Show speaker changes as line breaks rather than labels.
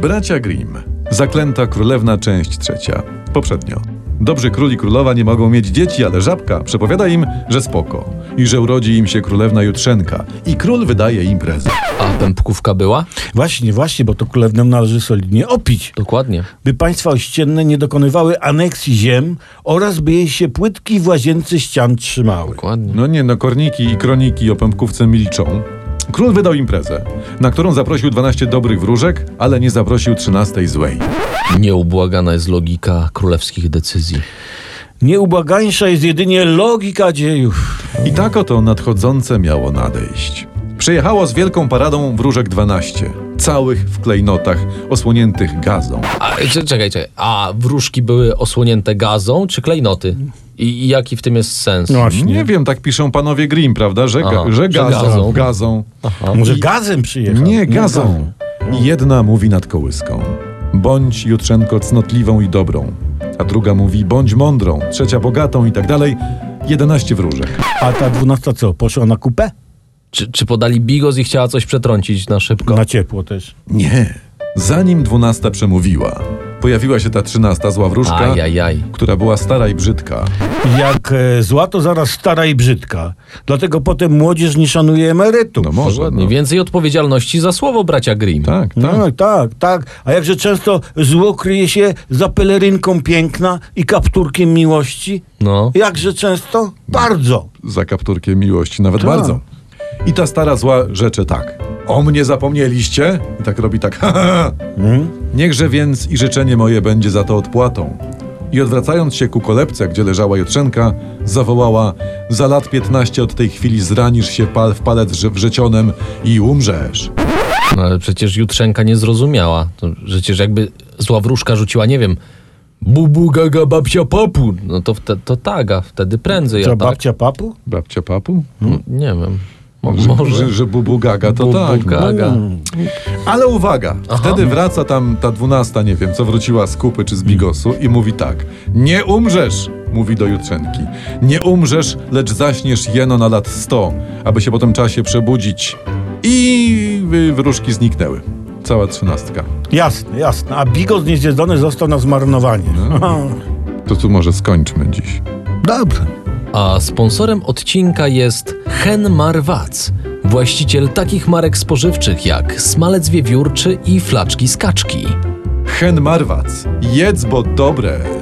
Bracia Grimm. Zaklęta Królewna, część trzecia. Poprzednio. Dobrzy król i królowa nie mogą mieć dzieci, ale żabka przepowiada im, że spoko. I że urodzi im się królewna Jutrzenka. I król wydaje im prezent.
A pępkówka była?
Właśnie, właśnie, bo to królewną należy solidnie opić,
Dokładnie.
by państwa ościenne nie dokonywały aneksji ziem oraz by jej się płytki w łazience ścian trzymały.
Dokładnie.
No nie, no korniki i kroniki o pępkówce milczą. Król wydał imprezę, na którą zaprosił 12 dobrych wróżek, ale nie zaprosił 13 złej.
Nieubłagana jest logika królewskich decyzji.
Nieubłagańsza jest jedynie logika dziejów.
I tak oto nadchodzące miało nadejść. Przyjechało z wielką paradą wróżek 12, całych w klejnotach, osłoniętych gazą.
A, c- czekaj, czekaj. A wróżki były osłonięte gazą czy klejnoty? I, i jaki w tym jest sens?
No właśnie.
Nie wiem, tak piszą panowie Grimm, prawda? Że, ga,
Aha,
że
że
gazą,
gazą.
gazą.
Aha.
Może gazem przyjechał? No
Nie, gazą. I jedna mówi nad kołyską. Bądź jutrzenko cnotliwą i dobrą. A druga mówi bądź mądrą, trzecia bogatą i tak dalej. 11 wróżek.
tak. A ta dwunasta co, poszła na kupę?
Czy, czy podali bigos i chciała coś przetrącić na
Tak.
szybko?
Na ciepło też.
Nie. Zanim 12 przemówiła, pojawiła się ta 13 zła wróżka,
Ajajaj.
która była stara i brzydka.
Jak e, zła, to zaraz stara i brzydka. Dlatego potem młodzież nie szanuje emerytów.
No może. No.
Dokładnie. Więcej odpowiedzialności za słowo bracia Grimm.
Tak, tak.
No, tak, tak. A jakże często zło kryje się za pelerynką piękna i kapturkiem miłości?
No.
Jakże często? Bardzo.
za kapturkę miłości, nawet
Tak.
bardzo. I ta stara zła rzecze tak. O mnie zapomnieliście? I tak robi tak. "Ha, ha, ha".
Hmm?
Niechże więc i życzenie moje będzie za to odpłatą. I odwracając się ku kolebce, gdzie leżała Jutrzenka, zawołała za lat 15 od tej chwili zranisz się pal w palec ży- wrzecionem i umrzesz.
no ale przecież Jutrzenka nie zrozumiała. To przecież jakby zła wróżka rzuciła, nie wiem, bubu gaga babcia papu. No to, wte, to tak, a wtedy prędzej.
Co,
a tak?
babcia papu?
Babcia papu?
Nie wiem. Mo-
Że,
No, Może.
Że, że bubu gaga to
Bubu
tak. no.
gaga.
Ale uwaga, wtedy wraca tam ta dwunasta, nie wiem, co wróciła z kupy czy z bigosu i mówi tak. Nie umrzesz, mówi do Jutrzenki. Nie umrzesz, lecz zaśniesz jeno na lat 100, aby się po tym czasie przebudzić. I wy- wróżki zniknęły. Cała trzynastka.
Jasne, jasne. A bigos niezjedzony został na zmarnowanie.
No.
To tu może skończmy dziś.
Dobrze.
A sponsorem odcinka jest Hen Marwac, właściciel takich marek spożywczych jak smalec wiewiórczy i flaczki z kaczki.
Hen Marwac, jedz, bo dobre.